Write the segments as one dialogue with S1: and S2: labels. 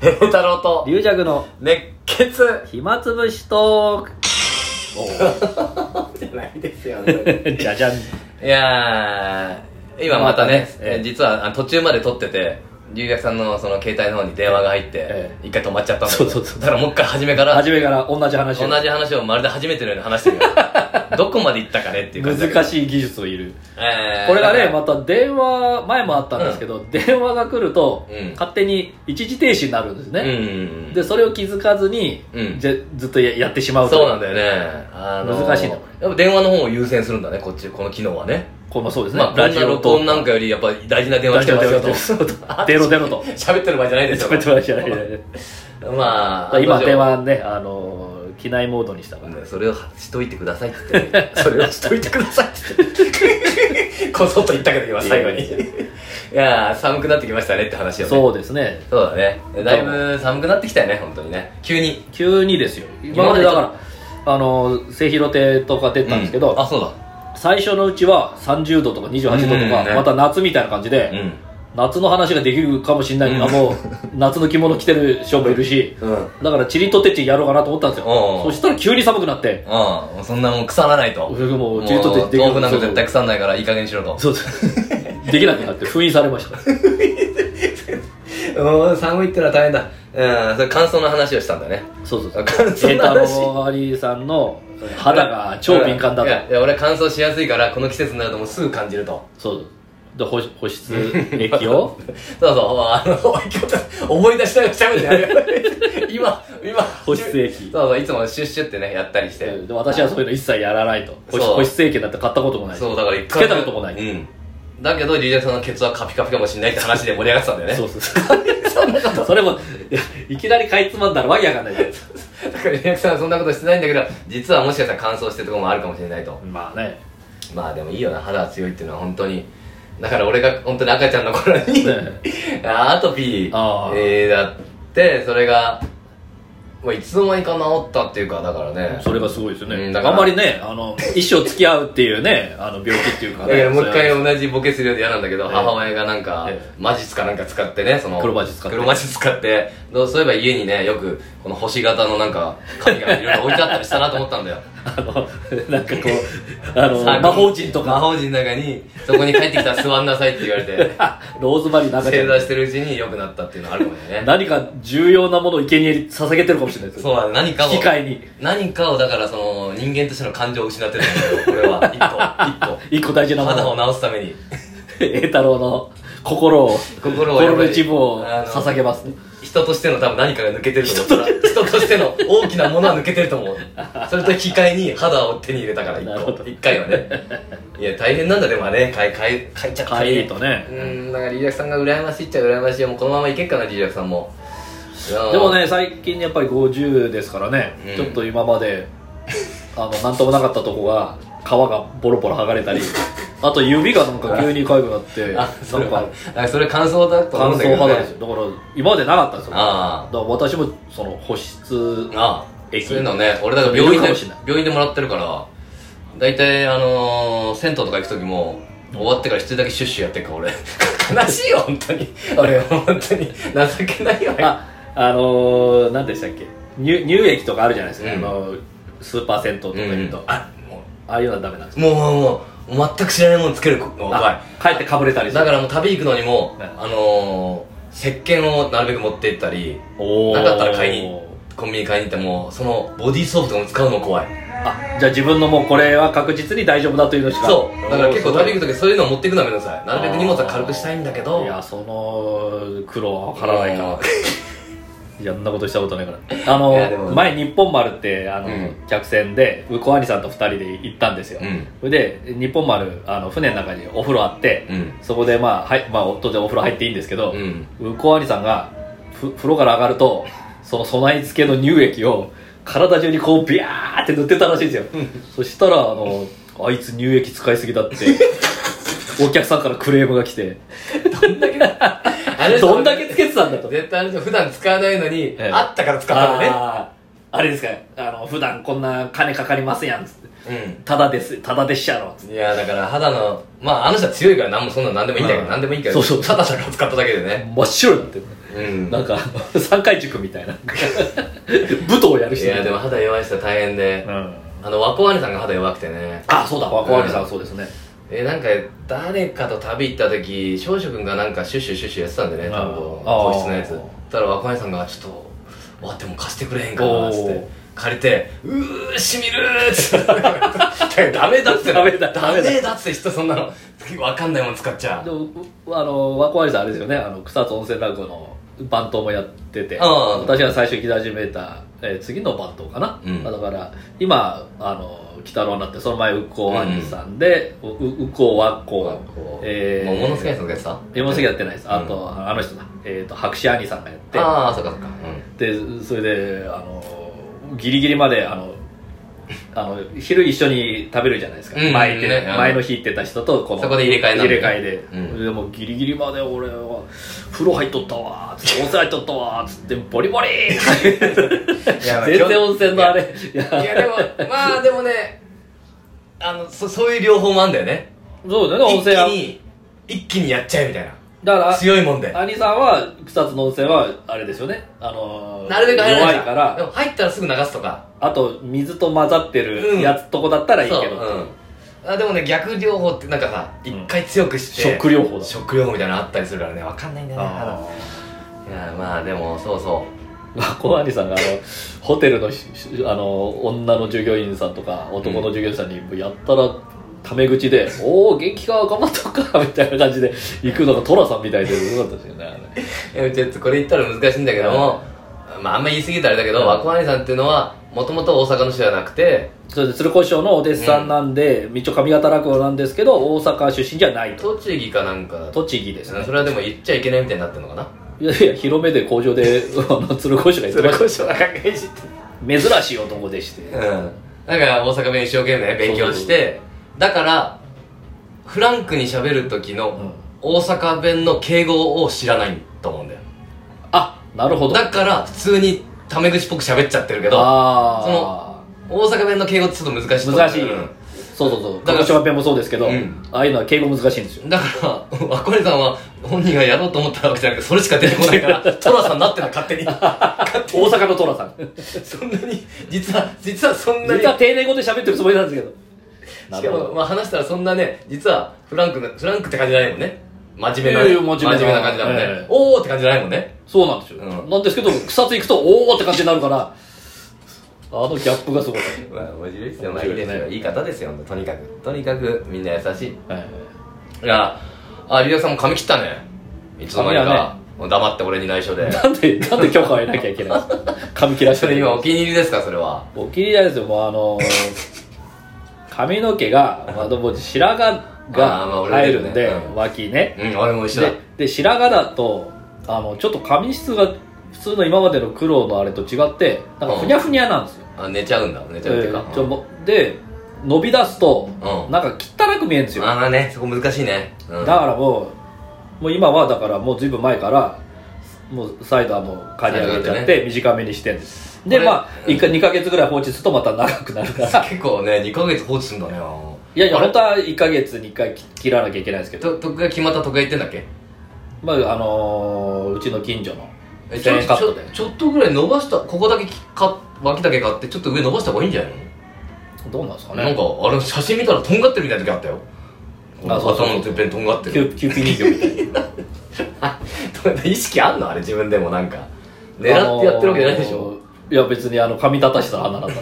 S1: 平太郎と
S2: 龍尺の
S1: 熱血
S2: 暇つぶしトー
S1: じゃ ないですよ
S2: ク じゃじゃん
S1: いやー今また
S2: また
S1: ね
S2: ね、
S1: え実はあ途中まで撮ってて龍薬さんのその携帯の方に電話が入って
S2: え
S1: 一回止まっちゃったんだけど
S2: そうそうそう
S1: だからもう一回初めから
S2: 初めから同じ話を
S1: 同じ話をまるで初めてのように話してるよ どこまで行ったかねっていう感じだけど
S2: 難しい技術をいる
S1: えー
S2: これが
S1: だ
S2: ね
S1: から
S2: また電話前もあったんですけど、電話が来ると、
S1: うん
S2: 勝手に一時停止になるんです
S1: うん
S2: ね、
S1: うんうん
S2: でそれを気づかずに、
S1: うん
S2: じゃずっとややってしまうと
S1: そうなんだよね、あのー
S2: 難しいの
S1: やっぱ電話の方を優先するんだねこっちこの機能はね
S2: このそうですね、
S1: まあこんな録音なんかよりやっぱ大事な電話来てますよと
S2: 大事な電話来て ますよとデロデロ と
S1: 喋ってる場合じゃないですよ
S2: 喋ってましたね
S1: まあ
S2: 今
S1: 案の定
S2: 電話ねあのー機内モードにしたから、
S1: それをしといてくださいって言ってねそれをしといてくださいって言ってこそっと言ったけど今最後に
S2: い
S1: い
S2: や
S1: や
S2: い
S1: ー寒くなってきましたねって話をね
S2: そうですね
S1: そうだねだいぶ寒くなってきたよね本当にね急に
S2: 急にですよ今
S1: 今
S2: ま
S1: ま
S2: で
S1: で
S2: だからあのー末広亭とか出たんですけど、
S1: うあそうだ
S2: 最初のうちは30度とか28度とか、
S1: うんね
S2: また夏みたいな感じで、
S1: うん
S2: 夏の話ができるかもしれないけど、
S1: うん
S2: もう夏の着物着てる人もいるし
S1: うん
S2: だからチリとテッチやろうかなと思ったんですよ
S1: おうお
S2: そうしたら急に寒くなって
S1: ああそんなもん腐らないと
S2: 俺がもう
S1: もう
S2: チリとテッチできる
S1: 豆腐なんか絶対腐らないからいい加減にしろと
S2: そうそう できなくなって封印されました
S1: うん寒いってのは大変だうんそれ感想の話をしたんだね
S2: そうそうそう
S1: あ乾燥
S2: 栄
S1: の
S2: 太
S1: 話
S2: 郎兄さんの肌が超敏感だ
S1: い
S2: と
S1: やいや俺乾燥しやすいからこの季節になるともうすぐ感じると
S2: そうで保保湿液を
S1: そうそう、あの、 思い出しながら喋ってやるよ 今、今、
S2: 保湿液
S1: そうそう、いつもシュッシュってね、やったりして。
S2: で私はそういうの一切やらないと保湿
S1: そう
S2: 保湿液なんて買ったこともないし
S1: そう、だから一
S2: つ
S1: 回。
S2: けたこともない、
S1: うん。だけど、リリアさんのケツはカピカピかもしれないって話で盛り上がってたんだよね。
S2: そうそう そうそれもいやいきなりかいつまんだらわけわかんないじゃないですか
S1: だからリリアさんはそんなことしてないんだけど、実はもしかしたら乾燥してるところもあるかもしれないと。
S2: まあね
S1: まあでもいいよな、肌が強いっていうのは本当に。だから俺が本当に赤ちゃんの頃に、
S2: ね
S1: アートピー
S2: あー
S1: えーだって、それが、まあ、いつの間にか治ったっていうか、だからね。
S2: それがすごいですよね、
S1: うんだから
S2: あんまりねあの一生付き合うっていうねあの病気っていうか、
S1: だか
S2: ね、
S1: らもう一
S2: それは
S1: 回同じボケするようで嫌なんだけど、
S2: ええ
S1: 母親がなんか、
S2: ええ
S1: マジスかなんか使ってね、その、
S2: 黒マジス使って
S1: 黒マジス使って、どうそういえば家にね、よく、この星型のなんか、紙がいろいろ置いてあったりしたなと思ったんだよ。
S2: あのなんかこうあ の
S1: さあ
S2: 魔法陣と
S1: 魔
S2: か、
S1: 法陣の中に、そこに帰ってきたら座んなさいって言われて
S2: ローズマリーなんか
S1: 正座してるうちに良くなったっていうのはあるかもしれないね。
S2: 何か重要なものを生贄に捧げてるかもしれないですよ
S1: そうだね、何かを
S2: 機、械に
S1: 何かをだからその、人間としての感情を失ってるんだよ、俺 は。一個、一
S2: 一個大事な
S1: 個。
S2: も
S1: 肌
S2: の
S1: を直すために。
S2: 栄太郎の心を
S1: 心をやっぱ
S2: の
S1: り
S2: 一部を
S1: あの
S2: 捧げますね
S1: 人としての多分何かが抜けてると思う人としての大きなものは抜けてると思うそれと引き換えに肌を手に入れたから
S2: なる
S1: 一個
S2: ほど
S1: 一回はねいや大変なんだでもね買い買い買いちゃった
S2: か
S1: り
S2: いいとね
S1: うんだからリーダーさんが羨ましいっちゃ羨ましいよもうこのままいけっかなリーダーさんも
S2: でもね最近やっぱり50ですからね、
S1: うん
S2: ちょっと今まであのなんともなかったとこが皮がボロボロ剥がれ たりあと指がなんか急に痒くなってな
S1: あそれ
S2: ん
S1: は
S2: か
S1: あそれ感想だと
S2: 乾
S1: 思うんだけ
S2: 燥
S1: ど、ね、
S2: 肌ですよだから今までなかったんですよだか
S1: あ
S2: ら私もその保湿
S1: あああ
S2: 液
S1: そういうのね俺だから病院
S2: いるか
S1: で
S2: もしれない
S1: 病院でもらってるから大体あのー、銭湯とか行く時も終わってから一人だけシュッシュやってるから俺 悲しいよ本当に俺本当に情けないよね
S2: ああのー、何でしたっけ乳乳液とかあるじゃないですか、
S1: うん
S2: あのスーパー銭湯とかいうと、
S1: うん
S2: あああいうのはダメなんです
S1: もうもうもうもう全く知らないものつけるのが怖い
S2: あ帰ってかぶれたりす
S1: だ
S2: る
S1: からもう旅行くのにも、
S2: はい
S1: あのー、石鹸をなるべく持って行ったり
S2: おー
S1: なかったら買いにコンビニ買いに行ってもそのボディーソープとかも使うの怖い
S2: あじゃあ自分のもうこれは確実に大丈夫だというのしか
S1: そうだから結構旅行
S2: く
S1: く時そういうのを持っていくのはめんどくさいなるべく荷物は軽くしたいんだけど
S2: いやその苦労は分からないかいやそんなことしたことないからあ
S1: いやでも
S2: の前日本丸ってあの、
S1: うん
S2: 客船で向こう兄さんと二人で行ったんですよ、
S1: うん
S2: それで日本丸あの船の中にお風呂あって、
S1: うん
S2: そこでまあ、はいまあ、当然お風呂入っていいんですけど、
S1: うん
S2: 向こう兄さんがふ風呂から上がるとその備え付けの乳液を体中にこうビャーって塗ってたらしいんですよ、そしたらあのあいつ乳液使いすぎだってお客さんからクレームが来て
S1: あれ
S2: どんだけつけてたんだと
S1: 絶対あれでしょ普段使わないのに、
S2: ええ
S1: あったから使ったんだね
S2: あーあれですかあの普段こんな金かかりますやんつって
S1: う
S2: ただですただでっしゃろつって
S1: んいやだから肌のまああの人は強いから何もそんなの何でもいいんだけど、
S2: うん
S1: 何でもいいんだけど
S2: そうそ
S1: た
S2: う
S1: だだから使っただけでね
S2: 真っ白になってる
S1: いうん
S2: なんか三回塾み たいな武道をやる
S1: い
S2: 人
S1: やでも肌弱い人は大変で、
S2: うん
S1: あの和光兄さんが肌弱くてね
S2: あそうだ若林さんはそうですね
S1: えなんか誰かと旅行った時少々君がなんかシュッシュシュッシュやってたんでね多分
S2: あ
S1: 個
S2: ー
S1: 室のやつ
S2: あー
S1: たら若林さんが「ちょっとわっても貸してくれへんかな」っつっ
S2: お
S1: て
S2: ー
S1: 借りて「うーしみる」っつって ダメだっつって
S2: ダメだ
S1: ダ
S2: ダメだ
S1: メだっつって人そんなのわかんないもん使っちゃ
S2: で
S1: う
S2: もうあの若林さんあれですよねあの草津温泉落語の番頭もやってて
S1: ああ
S2: 私が最初行き始めた、えー次の番頭かな、
S1: うん
S2: だから今あの鬼太郎になってその前右近兄さんで、う右近和光えー
S1: もうものすごいやつがやってた
S2: 山崎やってないです、あ
S1: う
S2: とあの人だ、えー、と白紙兄さんがやって
S1: ああそっかそっか
S2: でそれであのギリギリまであのあの昼一緒に食べるじゃないですか、
S1: うん
S2: 前行ってね
S1: ねあの
S2: 前の日行ってた人とこの
S1: そこで入れ替えなん
S2: 入
S1: だ
S2: れ
S1: よ
S2: 替えで、
S1: うん
S2: でもギリギリまで俺は風呂入っとったわーつって温泉入っとったわーつってボリボリーって
S1: いやまあ
S2: 全然温泉のあれいや
S1: うんいやでもまあでもねあのそそういう両方もあんだよね
S2: そうだよね温
S1: 一気
S2: 泉は
S1: に一気にやっちゃえみたいな
S2: だから
S1: 強いもんで
S2: 兄さんは草津の温泉はあれですよねあのー
S1: なるべく入らない
S2: 弱いか
S1: で
S2: ら
S1: も入ったらすぐ流すとか
S2: あと水と混ざってるやつとこだったらいいけど、
S1: そう、うん、あでもね逆療法ってなんかさ一回強くして、
S2: 食療法だ
S1: 食療法みたいなのあったりするからねわかんないんだよね
S2: あー
S1: 肌いやまあでもそうそ
S2: まあ、 小谷さんがあのホテルのししあの女の従業員さんとか男の従業員さんにやったらタメ口で「おお元気か頑張ったか」みたいな感じで行くのが寅さんみたいで よかったですよねあれ
S1: ういやちょっとこれ言ったら難しいんだけども、まああんま言い過ぎたらあれだけど、
S2: うん
S1: 和光兄さんっていうのはもともと大阪の人じゃなくて
S2: それで鶴子師匠のお弟子さんなんで、一応上方落語なんですけど大阪出身じゃないと
S1: 栃木かなんかだと
S2: 栃木ですね
S1: それはでも言っちゃいけないみたいになってるのかない
S2: やいや広めで工場 であの鶴子師匠が言ってました
S1: こそ考えじって
S2: 珍しい男でして
S1: うんだから大阪弁一生懸命勉強してだからフランクに喋る時の、
S2: うん
S1: 大阪弁の敬語を知らないと思うんだよ
S2: あなるほど
S1: だから普通にタメ口っぽく喋っちゃってるけどそ
S2: ああ
S1: の大阪弁の敬語ってちょっと難しいと思う
S2: 難しい、
S1: うん
S2: そうそうそう
S1: だから
S2: 鹿児島弁もそうですけど、
S1: うん
S2: ああいうのは敬語難しいんですよ
S1: だから 和光さんは本人がやろうと思ったわけじゃなくてそれしか出てこないから寅さんになってるの勝手 に
S2: 大阪の寅さん
S1: そんなに実は実はそんなに
S2: 実は丁寧語で喋ってるつもりなんですけどな
S1: しか
S2: るほ
S1: も、
S2: ど
S1: まあ、話したらそんなね実はフランクなフランクって感じじゃないもんね真面目ない
S2: やい
S1: ね
S2: や真面目な
S1: な感じだもんね、
S2: ええ
S1: おーって感じじゃないもんね
S2: そうなんですよ、
S1: うん
S2: なんですけど草津行くとおおって感じになるからあのギャップがすごい、
S1: まあ面白いです
S2: よまあいいですよいい
S1: 方ですよとにかくとにかくみんな優しい
S2: はい、
S1: いやあリリアさんも髪切ったねいつの間に
S2: 髪
S1: か
S2: は、
S1: もう黙って俺に内緒で
S2: なんでなんで許可を得なきゃいけないんですか髪切らし
S1: そ
S2: て
S1: れ
S2: る
S1: 今お気に入りですかそれは
S2: お気に入りなんですよもうあのー髪の毛が、まあ、でも白髪
S1: あー
S2: が
S1: まあ俺
S2: 入
S1: も
S2: る
S1: ね
S2: んで、
S1: うん
S2: 脇ね、
S1: うん俺も一緒だ
S2: でで白髪だとあのちょっと髪質が普通の今までの黒のあれと違ってなんかふにゃふにゃなんですよ、
S1: あ寝ちゃうんだ寝ちゃうっていうか、
S2: えーちょもで伸び出すと、
S1: うん
S2: なんか汚く見えるんですよ、
S1: ああねそこ難しいね、うん、
S2: だからもうもう今はだからもうずいぶん前からもうサイドはもう刈り上げち
S1: サ
S2: ゃ
S1: イ
S2: っ
S1: ド
S2: て短めにしてるんです
S1: これ
S2: でまあ
S1: うん
S2: 1か2か月ぐらい放置するとまた長くなるから
S1: 結構ね2ヶ月放置するんだね
S2: いやいや
S1: あれ
S2: 本当は1か月に1回切らなきゃいけないんですけど、
S1: と徳が決まった徳が言ってんだっけ
S2: まああのーうちの近所の
S1: え
S2: 1000円カットで
S1: ちょちょちょっとぐらい伸ばしたここだけか脇だけ買ってちょっと上伸ばした方がいいんじゃないの、
S2: どうなんですかね
S1: なんかあれ写真見たらとんがってるみたいな時あったよ
S2: あそうそう
S1: 頭のてっぺんとんがって
S2: キ
S1: る
S2: ュキューピー人形み たいな
S1: 意識あんのあれ自分でもなんか狙ってやってるわけじゃないでしょ、
S2: あのーいや別にあの髪立たしたら鼻だった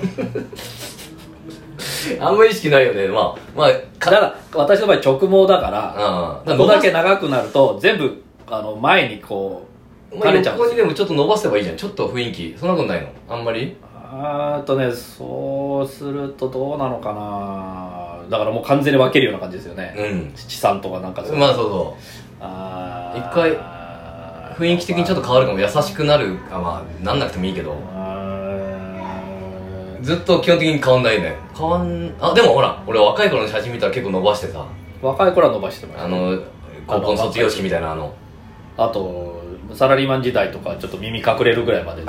S1: あんま意識ないよねまあまあ
S2: ただ私の場合直毛だから
S1: あ
S2: ここだけ長くなると全部あの前にこう
S1: ま
S2: 垂
S1: あ、
S2: れちゃうん
S1: ここ
S2: です
S1: に
S2: よ
S1: でもちょっと伸ばせばいいじゃんちょっと雰囲気そんなことないのあんまり
S2: あーっとねそうするとどうなのかなだからもう完全に分けるような感じですよね、
S1: うん
S2: 七三とかなんかそう
S1: まあそうそ
S2: あー
S1: 一回雰囲気的にちょっと変わるかも優しくなるあまあなんなくてもいいけど
S2: あー
S1: ずっと基本的に変わんないね変わんあでもほら俺若い頃の写真見たら結構伸ばしてさ
S2: 若い頃は伸ばしてまし
S1: あ
S2: た
S1: の高校の卒業式みたいなあの
S2: あとサラリーマン時代とかちょっと耳隠れるぐらいまで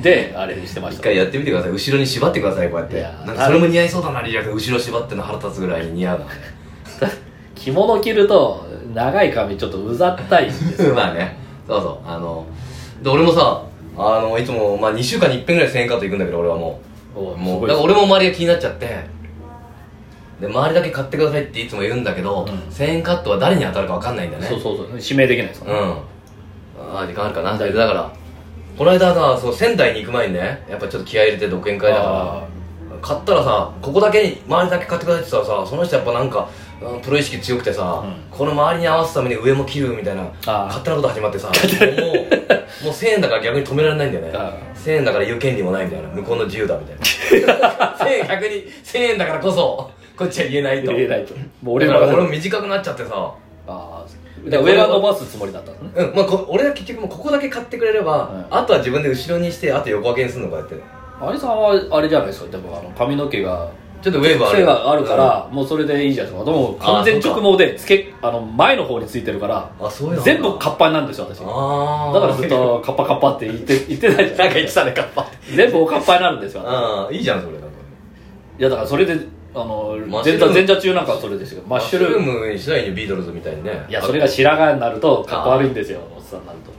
S2: であれにしてまし
S1: 一
S2: た
S1: 回やってみてください後ろに縛ってくださいこうやっ
S2: い
S1: て
S2: や
S1: なんかそれも似合いそうだなリアク後ろ縛ってんの腹立つぐらい似合うな
S2: 着物着ると長い髪ちょっとうざったいんですよ
S1: まあねそうそうあので俺もさあのいつも、まあ、2週間に1遍ぐらい1000円カット行くんだけど俺はも
S2: お
S1: う
S2: いす
S1: も
S2: ご
S1: う
S2: い
S1: だから俺も周りが気になっちゃってで周りだけ買ってくださいっていつも言うんだけど、
S2: うん
S1: 1000円カットは誰に当たるか分かんないんだよね
S2: そうそうそう指名できないですから、
S1: うんああ時間あるかなだからこの間さそう仙台に行く前にねやっぱちょっと気合い入れて独演会だ
S2: あ
S1: から買ったらさここだけに周りだけ買ってくださいって言ったらさその人やっぱなんかうんプロ意識強くてさ、
S2: う
S1: この周りに合わすために上も切るみたいな
S2: あー
S1: 勝手なこと始まってさもうもう1000円だから逆に止められないんだよね
S2: あ
S1: 1000円だから言う権利もないみたいな向こうの自由だみたいな1000円逆に1000円だからこそこっちは言えないと
S2: 入れないともう俺
S1: だ
S2: ら
S1: から俺も
S2: が
S1: 短くなっちゃってさ
S2: ああだから上が伸ばすつもりだったのね
S1: うんまあ、こ俺は結局もうここだけ買ってくれれば、
S2: はい
S1: あとは自分で後ろにしてあと横分けにするのかやってる
S2: 有さんはあれじゃないですかでもあの髪の毛が
S1: ちょっとウェーブある
S2: 癖があるから、もうそれでいいじゃないですかでも完全直毛でつけあの前の方についてるから
S1: あそうや
S2: 全部カッパになるんですよ私だ
S1: ああ
S2: からずっとカッパカッパって言って言ってないじゃないです
S1: たねカッパ
S2: か全部おかっぱになるんですよ
S1: ああいいじゃんそれなんか
S2: いやだからそれであの
S1: マッシュルー
S2: 前座
S1: ム
S2: 前座中なんかはそれですよマッシュルーム
S1: マッシュルームしないにビートルズみたいにね
S2: いやそれが白髪になるとかっこ悪いんですよおっさんになると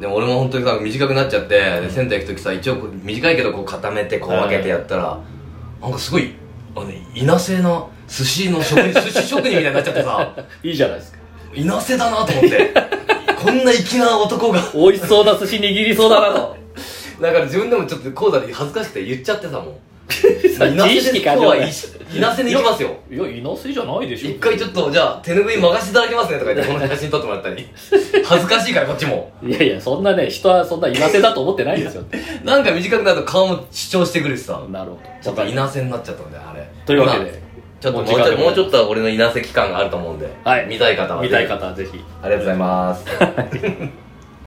S1: でも俺も本当にさ短くなっちゃって、で仙台行く時さ一応こう短いけどこう固めてこう分けてやったら、なんかすごいあの稲製な寿司の 職人寿司職人みたいになっちゃってさ
S2: いいじゃないですか
S1: 稲製だなと思ってこんな粋な男が
S2: 美味しそうな寿司握りそうだなと
S1: だから自分でもちょっと講座で恥ずかしくて言っちゃってさもう
S2: さ
S1: いな
S2: 自意
S1: せで
S2: 識
S1: 今
S2: 過
S1: 日
S2: 剰
S1: はいいなせに行きますよ
S2: いやいなせじゃないでしょ
S1: 一回ちょっとじゃあ手拭い任せていただきますねとか言ってこの写真撮ってもらったり恥ずかしいからこっちも
S2: いやいやそんなね人はそんないなせだと思ってないですよ
S1: なんか短くなると顔も主張してくるしさ
S2: なるほど
S1: ちょっと いなせになっちゃったんであれ
S2: というわけで
S1: ちょっともう
S2: もう
S1: ち
S2: 時間
S1: ょ
S2: で
S1: っと
S2: ございます
S1: もうちょっと俺のいなせ期間があると思うんで、
S2: はい
S1: 見たい方は
S2: 見たい
S1: ぜ
S2: 方はぜひ
S1: ひありがとうございます